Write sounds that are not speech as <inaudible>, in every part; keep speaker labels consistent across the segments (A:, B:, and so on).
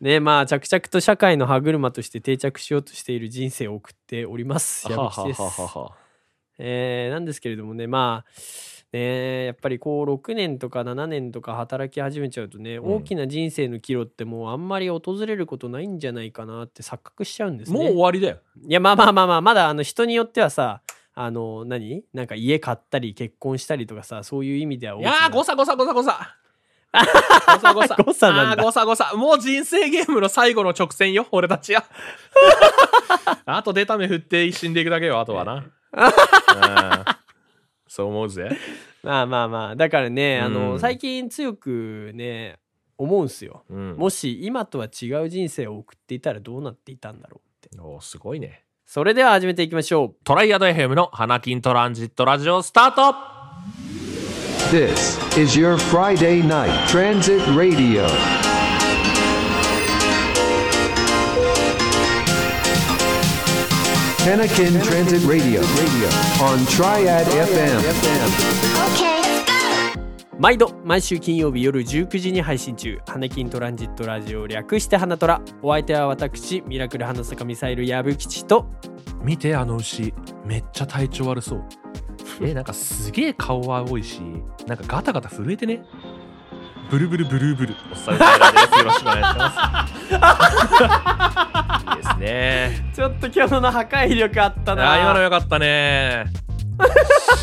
A: でまあ着々と社会の歯車として定着しようとしている人生を送っております矢吹です
B: はははは
A: えーなんですけれどもねまあねやっぱりこう6年とか7年とか働き始めちゃうとね、
B: うん
A: 大きな人生の岐路ってもうあんまり訪れることないんじゃないかなって錯覚しちゃうんです
B: もう終
A: ね。
B: わりだよ。
A: いやまあまあまあまあまだあの人によってはさあの何なんか家買ったり結婚したりとかさそういう意味では大
B: い
A: き
B: や
A: な
B: ー、ごさごさごさごさ。ごさごさ。
A: 誤差なんだ
B: <laughs> あーごさごさ。もう人生ゲームの最後の直線よ、俺た
A: <laughs>
B: ちは。あと出た目振って死んでいくだけよ、あと
A: <laughs>
B: はな。うんそう思うぜ。
A: まあまあまあだからね、あ
B: う
A: の
B: ん
A: 最近強くね思うんすよ。
B: うん。
A: もし今とは違う人生を送っていたらどうなっていたんだろうって。
B: おーすごいね。
A: それでは始めていきましょう。
B: トライアド FM の花金トランジットラジオスタート
C: This is your Friday night transit radio. Panakin Transit Radio on Triad FM.
A: 毎度毎週金曜日夜19時に配信中「ハネキントランジットラジオ」略して「ハナトラ」お相手は私ミラクル花坂ミサイル矢吹吉と
B: 見てあの牛めっちゃ体調悪そう <laughs> えなんかすげえ顔は多いしなんかガタガタ震えてねブルブルブルブルおさですよろしくお願いしますいいですね
A: ちょっと今日の破壊力あった
B: あ
A: な
B: ー今のよかったね <laughs>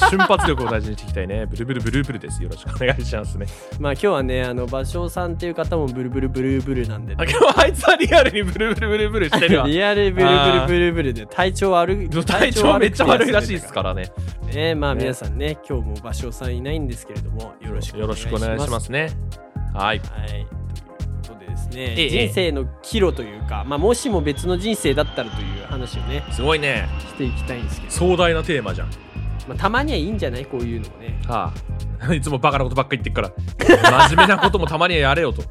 B: 瞬発力を大事にしていきたいねブルブルブルブルですよろしくお願いしますね
A: まあ今日はねあの芭蕉さんっていう方もブルブルブルブルなんで、
B: あ
A: ね、
B: 今日あいつはリアルにブルブルブルブルしてる <laughs> わ
A: リアルブルブルブルブルで体調悪い
B: 体調めっちゃ悪いらしいですかららね
A: ねまあ
B: ね
A: 皆さんね今日も芭蕉さんいないんですけれどもよろしく
B: よろしくお願いしますねはい
A: はい、ということでですね、
B: ええ
A: 人生の岐路というか、まあ、もしも別の人生だったらという話をね
B: すごいね
A: していきたいんですけど、
B: 壮大なテーマじゃん
A: まあ、たまにはいいんじゃないこういうのもね
B: はあ、 <laughs> いつもバカなことばっか言ってっから真面目なこともたまにはやれよ
A: <laughs>
B: と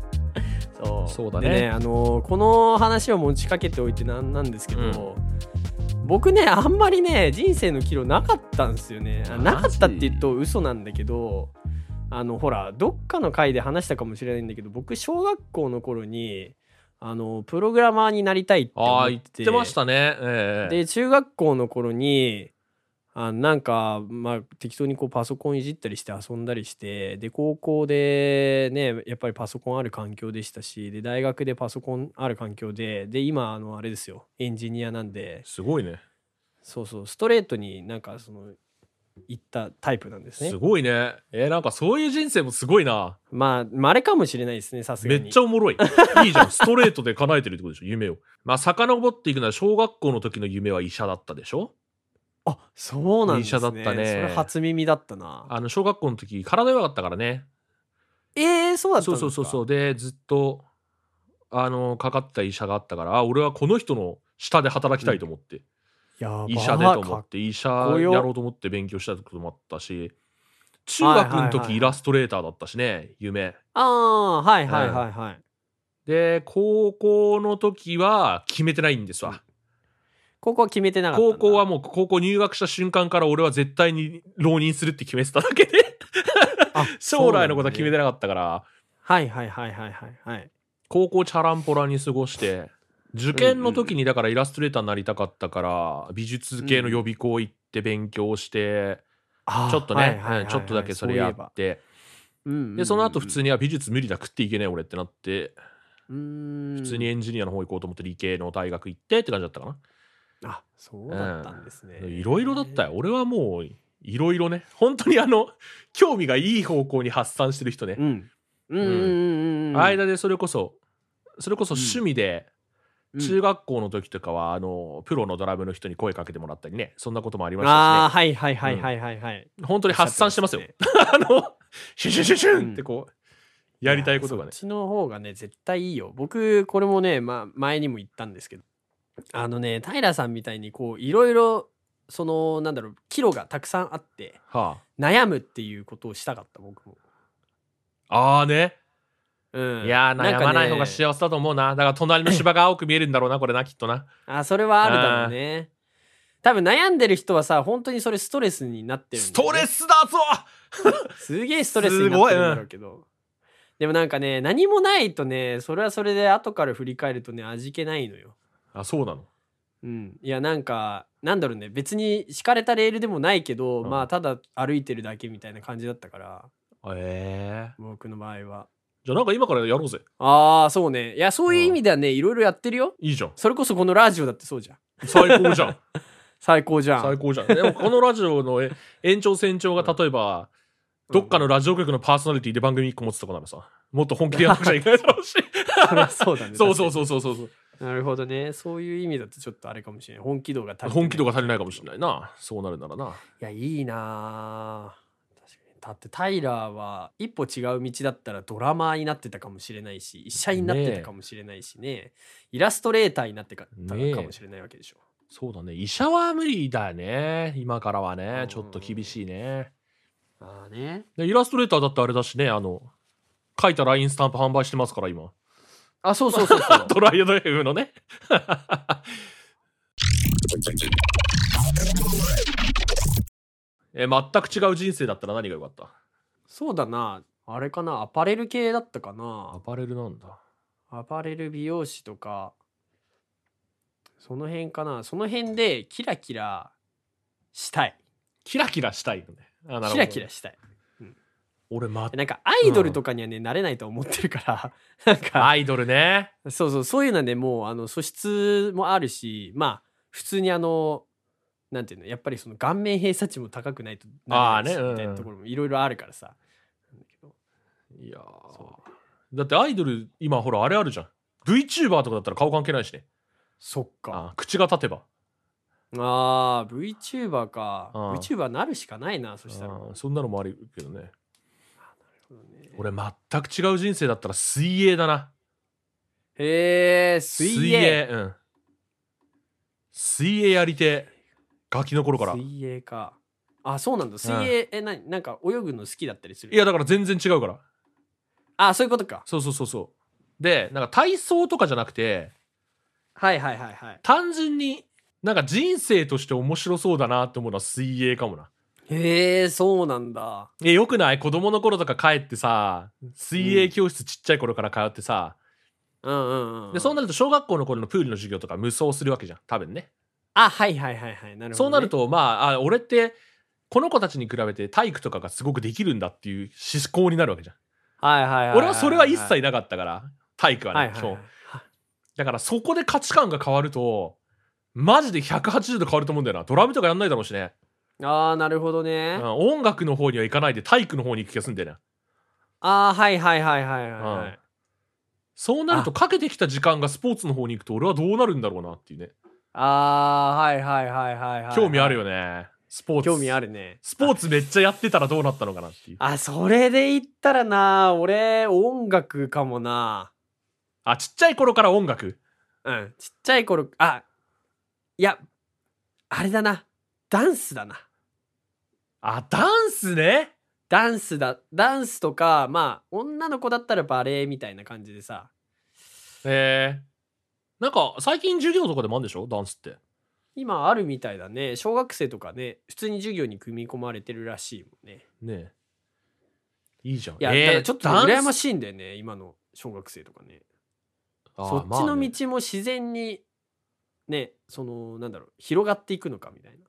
A: そう
B: そうだね
A: であのーこの話を持ちかけておいてなんなんですけど、僕ねあんまりね人生の岐路なかったんですよねあ
B: マジ
A: なかったって言うと嘘なんだけどあのほらどっかの回で話したかもしれないんだけど僕小学校の頃にあのプログラマーになりたいって思
B: ああ
A: っ
B: 言っててましたねええ
A: で中学校の頃にあなんか、まあ、適当にこうパソコンいじったりして遊んだりしてで高校でねやっぱりパソコンある環境でしたしで大学でパソコンある環境でで今あのあれですよエンジニアなんです
B: ごいね
A: そうそうストレートになんかその行ったタイプなんですね
B: すごいねえーなんかそういう人生もすごいな
A: まあ、まあ、あれかもしれないですねさすが
B: め
A: に
B: っちゃおも
A: <laughs>
B: ろいいいじゃんストレートで叶えてるってことでしょ夢をまあ遡っていくなら小学校の時の夢は医者だったでしょ
A: あそうなんですね
B: 医者だったね
A: それ初耳だったな
B: あの小学校の時体弱かったからね
A: えー、そうだったん
B: そう
A: です
B: そ
A: か
B: うそうそうでずっとあのかかってた医者があったからあ俺はこの人の下で働きたいと思って、
A: やば
B: 医者でと思って医者や
A: こよ
B: ろうと思って勉強したこともあったし中学の
A: はいはいはい
B: 時イラストレーターだったしね夢
A: ああはいはいはいはい、
B: で高校の時は決めてないんですわ
A: 高校は決めてなかったん
B: 高
A: だ
B: 校はもう高校入学した瞬間から俺は絶対に浪人するって決めてただ
A: <laughs>
B: けで
A: あ
B: 将来のことは決めて
A: そうなんだね
B: なかったから
A: はいはいはいはいはいはい
B: 高校チャランポラに過ごして受験の時にだからイラストレーターになりたかったから美術系の予備校行って勉強して
A: あー
B: ちょっと
A: はいはい
B: ね
A: はいはい
B: うんちょっとだけそれや
A: そういえば
B: って
A: うんうんうん
B: でその後普通には美術無理だ食っていけねえ俺ってなって
A: 普
B: 普通にエンジニアの方行こうと思って理系の大学行ってって感じだったか
A: あそうだったんですね
B: ないろいろだったよ俺はもういろいろね本当にあの <laughs> 興味がいい方向に発散してる人ね
A: うんうんうんうんうん
B: 間でそれこそそれこそ趣味で中学校の時とかはあのプロのドラムの人に声かけてもらったりねそんなこともありま
A: ああー
B: し
A: はいはいはいはいはいはい
B: たしね本当に発散してますよ <laughs> あのシュンシュンシュンシュン <laughs> ってこうやりたいことが
A: や
B: ね
A: そっちの方がね絶対いいよ僕これもね、まあ、前にも言ったんですけどあのね平さんみたいにこういろいろそのなんだろう岐路がたくさんあって
B: は
A: 悩むっていうことをしたかった僕も、
B: あああね
A: うん、
B: いやー悩まない
A: ん
B: 方
A: か
B: が
A: ね
B: 幸せだと思うな。だから隣の芝が青く見えるんだろうな、これな、きっとな。
A: あそれはあるだろうね多分悩んでる人はさ本当にそれストレスになってるん
B: ス
A: だよ
B: ト
A: ね
B: レスだぞ
A: すげえストレスになってるんだろうけどでもなんかね何もないとねそれはそれで後から振り返るとね味気ないのよ。
B: あ、そうなの。
A: うん、いやなんかなんだろうね別に敷かれたレールでもないけど、
B: うん
A: まあただ歩いてるだけみたいな感じだったから
B: ええ
A: 僕の場合は。
B: じゃあなんか今からやろうぜ。
A: ああそうねいやそういう意味ではねいろいろやってるよ。
B: いいじゃん。
A: それこそこのラジオだってそうじゃん。
B: 最高じ <laughs> ゃん。
A: 最高じゃん。
B: 最高じゃん。でもこのラジオのえ延長線上が例えば、どっかのラジオ局のパーソナリティで番組1個持つとこならさ、もっと本気でやらなくちゃいけないだろ <laughs> うし。
A: そりゃ <laughs> そうだね。
B: そうそう
A: う。
B: そうそうそうそう。
A: なるほどね。そういう意味だとちょっとあれかもしれない。本気度が足りてない
B: 本気度が足りないかもしれないな。そうなるならな。
A: いやいいなあ確かにだってタイラーは一歩違う道だったらドラマーになってたかもしれないし医者になってたかもしれないしねイラストレーターになってかた
B: ねえ
A: かもしれないわけでしょ。
B: そうだね。医者は無理だよね。今からは
A: う
B: ね
A: ん。
B: ちょっと厳しいね。
A: ああね。
B: でイラストレーターだってあれだしね、あの、書いた LINE スタンプ販売してますから、今。 <laughs>。
A: あそうそうそうそう <laughs>
B: トライアド F のね。 <laughs> え全く違う人生だったら何が良かった
A: そうだなあれかなアパレル系だったか
B: ア
A: な
B: パレルなんだ。
A: アパレル美容師とかその辺かなその辺でキラキラしたい
B: キラキラしたいよね。あなるほど
A: キラキラしたい
B: 俺、ま、
A: なんかアイドルとかにはね、なれないと思ってるから <laughs> なんか
B: アイドルね。
A: そうそうそういうのはねもうあの素質もあるしまあ普通にあのなんていうのやっぱりその顔面偏差値も高くないとなれないし
B: あーねうん
A: みたいなところもいろいろあるからさなんだけど
B: いやー
A: そ
B: だってアイドル、今ほら、あれあるじゃん。VTuber とかだったら顔関係ないしね。
A: そっか
B: あ口が立てば。
A: あー VTuber か
B: うん
A: VTuber なるしかないなそしたら
B: あーそんなのもありけどね。
A: 俺
B: 俺、全く違う人生だったら水泳だな。
A: へえ水泳水泳
B: うん。水泳やりてえ。ガキの頃から。い
A: かあそうなんだ水泳えななんか泳ぐの好きだったりする
B: や、だから全然違うから。
A: あそういうことか
B: そうそうそうそう。で、なんか体操とかじゃなくて、
A: はいはいはいはい
B: 単純になんか人生として面白そうだなって思うのは水泳かもな。
A: へえそうなんだ
B: え、よくない子供の頃とか帰ってさ、水泳教室ちっちゃい頃から通ってさ、
A: うんうんうん
B: で、そう
A: な
B: なると小学校の頃のプールの授業とか無双するわけじゃん。多分ね。
A: あはいはいはいはいなるほど、ね、
B: そうなると、まあ、あ、俺って、この子たちに比べて体育とかがすごくできるんだっていう思考になるわけじゃん。
A: はいはいいいい
B: 俺はそれは一切なかったから、体育はね、
A: はいはいはい
B: 基本だからそこで価値観が変わるとマジで180度変わると思うんだよなドラムとかやんないだろうしね、
A: ああなるほどね
B: うん、音楽の方には行かないで体育の方に行く気がするんだよね、
A: ああはいはいはいはいはいは
B: うん
A: い
B: そうなるとかけてきた時間がスポーツの方に行くと俺はどうなるんだろうなっていうね
A: ああーはいはいはいはいはい
B: 興味あるよね、スポーツ
A: 興味あ
B: る
A: るね
B: スポーツめっちゃやってたらどうなったのかなっていう
A: あそれで言ったらな俺音楽かもな
B: あちっちゃい頃から音楽
A: うんちっちゃい頃あいやあれだなダンスだな
B: あダンスね
A: ダンスだダンスとかまあ女の子だったらバレエみたいな感じでさ
B: へえなんか最近授業とかでもあるんでしょダンスって
A: 今あるみたいだね小学生とかね普通に授業に組み込まれてるらしいもんね
B: ねえいいじゃん
A: いや、
B: えー
A: だからちょっと
B: ダンス
A: 羨ましいんだよね、今の小学生とかね。
B: あー
A: そっ
B: ま
A: ち
B: あ
A: の
B: ね
A: 道も自然に、ね、その、なんだろう、広がっていくのかみたいな。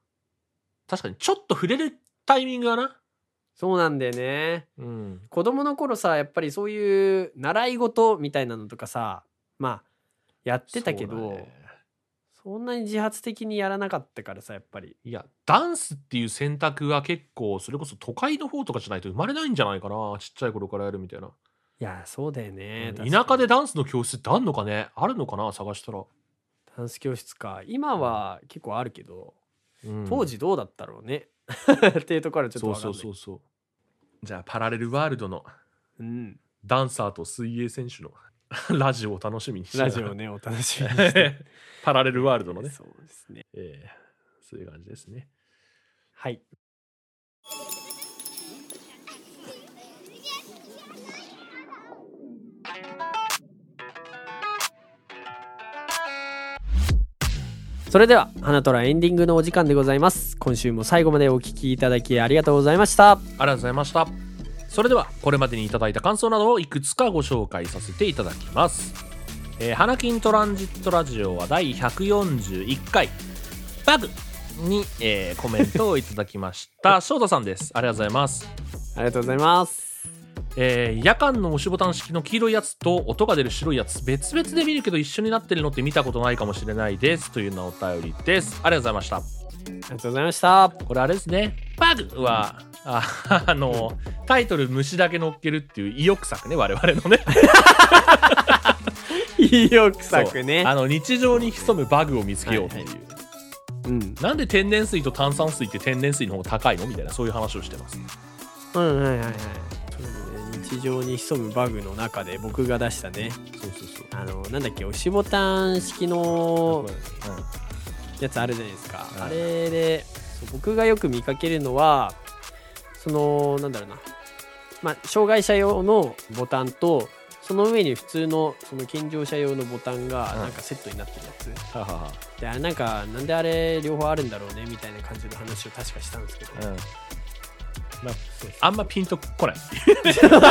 B: 確かにちょっと触れるタイミングがな、
A: そうなんだよね。
B: うん、
A: 子供の頃さ、やっぱりそういう習い事みたいなのとかさ、まあ、やってたけど、
B: そ
A: そ,、
B: うだね
A: んなに自発的にやらなかったからさ、やっぱり。
B: いやダンスっていう選択は結構それこそ都会の方とかじゃないと生まれないんじゃないかなちっちゃい頃からやるみたいな、
A: いや、そうだよね。
B: うん
A: 確か
B: 田
A: に
B: 舎でダンスの教室ってあんのかねあるのかな探したら、
A: ダンス教室か。今は結構あるけど、
B: うん
A: 当時どうだったろうね。 <laughs> っていうところはちょっと
B: そ
A: わ
B: う
A: かんな
B: そ
A: いう
B: そうそうじゃあパラレルワールドの
A: うん。
B: ダンサーと水泳選手の <laughs> ラジオを楽しみにしな
A: ラ
B: が
A: ジ
B: ら
A: オね、お楽しみにして
B: <laughs> パラレルワールドの
A: <laughs>
B: ね、
A: そうですね。
B: えーそういう感じですね
A: はい。それでは、花とらエンディングのお時間でございます。今週も最後までお聞きいただきありがとうございました。
B: ありがとうございましたそれではこれまでにいただいた感想などをいくつかご紹介させていただきます「えー、花金トランジットラジオ」は第141回「バグ」に、えーコメントをいただきまし
A: <laughs>
B: た翔太さんですありがとうございます
A: ありがとうございます。
B: えー夜間の押しボタン式の黄色いやつと音が出る白いやつ別々で見るけど一緒になってるのって見たことないかもしれないですというようなお便りですありがとうございま
A: あ
B: し
A: りがとうございました。
B: たこれあれですねバグはああのタイトル虫だけ乗っけるっていう意欲作ね我々のね
A: 意欲 <laughs> 作ね
B: そう。あの日常に潜むバグを見つけようっていう、
A: はいうん。
B: なんで天然水と炭酸水って天然水の方が高いのみたいなそういう話をしてます
A: うん、はいはいはい。そうね日常に潜むバグの中で僕が出したね、
B: そうそうそう
A: あの、なんだっけ、押しボタン式の
B: うん
A: やつあるじゃないですか。
B: うん
A: あれで、そう僕がよく見かけるのは、その、なんだろうな。まあ、障害者用のボタンと、その上に普通のその健常者用のボタンが
B: うん
A: なんかセットになってるやつ、
B: ははは
A: であれなんかなんであれ両方あるんだろうねみたいな感じの話を確かしたんですけど、
B: うんまあ、あんまピンとこない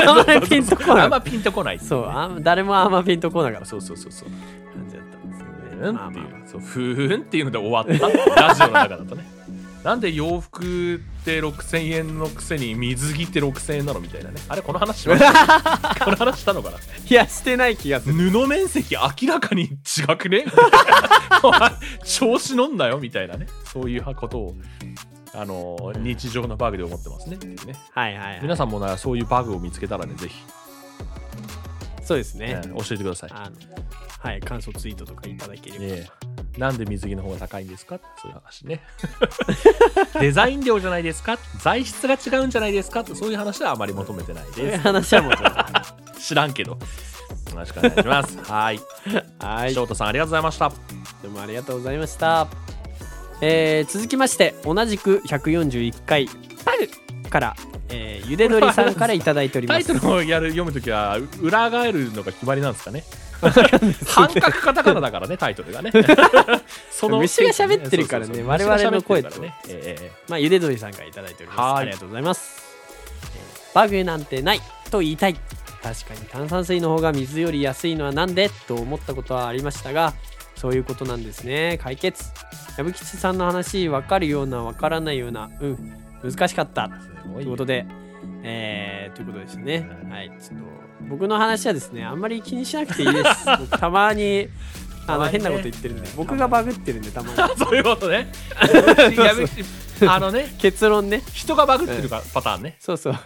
A: あんまり <laughs> ピンとこない
B: あんまピンとこない
A: そうあん誰もあんまピンとこなかった
B: そうそうそうそう
A: 感じだったんですけど
B: ふ
A: ね、
B: ーん
A: まあ
B: って
A: ま
B: い
A: あ
B: う、そうふーんっていうので終わったっていうラジオの中だと <laughs> ねなんで洋服って6000円のくせに水着って6000円なのみたいなねあれこの話 <laughs> しましたこの話したのかない
A: やしてない気がする
B: 布面積明らかに違くね <laughs> 調子乗んなよみたいなねそういうことをあのー日常のバグで思ってますねっていうね
A: はいはい、は
B: 皆
A: い、
B: さんもなそういうバグを見つけたらねぜひ、
A: そうですね
B: ね、教えてください、
A: あのはい感想ツイートとかいただければ、
B: ええなんで水着の方が高いんですかそういう
A: <laughs>
B: 話ねデザイン量じゃないですか材質が違うんじゃないですかそういう話はあまり求めてない
A: そういう
B: で
A: 話はもう <laughs> は
B: す知らんけどよろしくお願いします
A: <laughs>
B: はい
A: い
B: 翔太さんありがとうございました
A: どうもありがとうございました、えー続きまして同じく141回「パル」から、えーゆでどりさんからいただいており
B: タ
A: ま
B: イ
A: す
B: トルをやる読むときはう裏返るのが決まりなんです
A: <laughs>
B: かね半角カタカナだからねタイトルがねそ
A: 虫が喋ってるからね
B: そうそうそう
A: 我々の声と
B: 虫が喋ってるからねえええ
A: まあ、ゆでどりさんからいただいております。
B: はい
A: ありがとうございます。えーバグなんてないと言いたい。確かに炭酸水の方が水より安いのはなんでと思ったことはありましたが、そういうことなんですね。解決。矢吹吉さんの話、分かるような、分からないような、うん、難しかった。
B: えすご
A: とい
B: い
A: う
B: ね
A: ことで、えーということですね
B: う。ん
A: はい、ちょっと、僕の話はですね、あんまり気にしなくていいです。僕たまに、あ
B: た
A: の、
B: まにね
A: 変なこと言ってるんで、僕がバグってるんで、たまに。
B: <laughs> そういうこと
A: <laughs>
B: ね
A: そう
B: やべあのね
A: 結論ね。
B: 人がバグってるかパターンね
A: そうそう。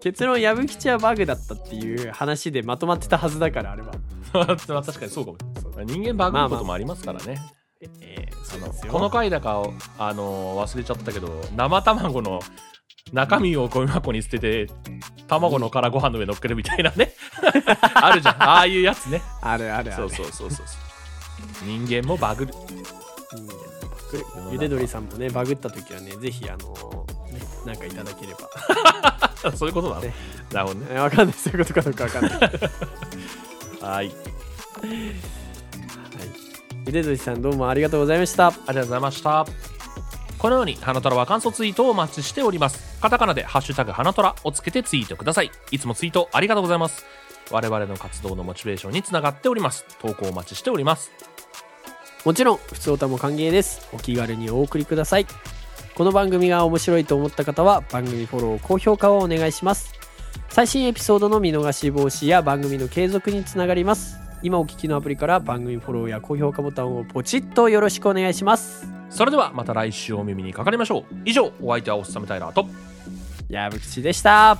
A: 結論、矢吹吉はバグだったっていう話でまとまってたはずだから、あれは。
B: <laughs> まあ確かにそうかもそう人間バグることもありますからね、
A: えー、そ
B: あ
A: う
B: の
A: ですよ。
B: この回だかあの忘れちゃったけど生卵の中身をゴミ箱に捨てて卵の殻ご飯の上乗っけるみたいなね <laughs> あるじゃんああいうやつね
A: あれあれあれ。
B: そうそうそうそう人間もバグる <laughs>
A: うんバグゆでどりさんもね、バグった時はね、ぜひ、あのーね、なんかいただければ。
B: そういうことなの
A: ね
B: なるほどね
A: えーわかんない、そういうことかどうかわかんない。 <laughs> はい。
B: はいあり
A: ゆでどりさん、どうもありがとうございました。
B: がとうございましたこのように花虎は感想ツイートをお待ちしておりますカタカナで「ハッシュタグ花虎」をつけてツイートくださいいつもツイートありがとうございます我々の活動のモチベーションにつながっております投稿お待ちしております
A: もちろん、普通歌も歓迎です。お気軽にお送りください。この番組が面白いと思った方は、番組フォロー、高評価をお願いします。最新エピソードの見逃し防止や番組の継続につながります。今お聞きのアプリから番組フォローや高評価ボタンをポチッとよろしくお願いします。
B: それではまた来週お耳にかかりましょう以上お相手はおっさめタイラーと
A: 矢口でした。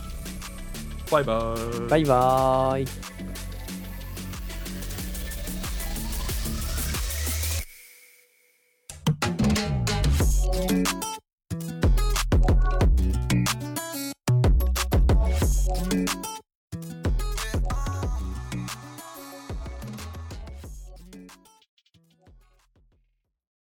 B: バイバーイ
A: バイバーイ。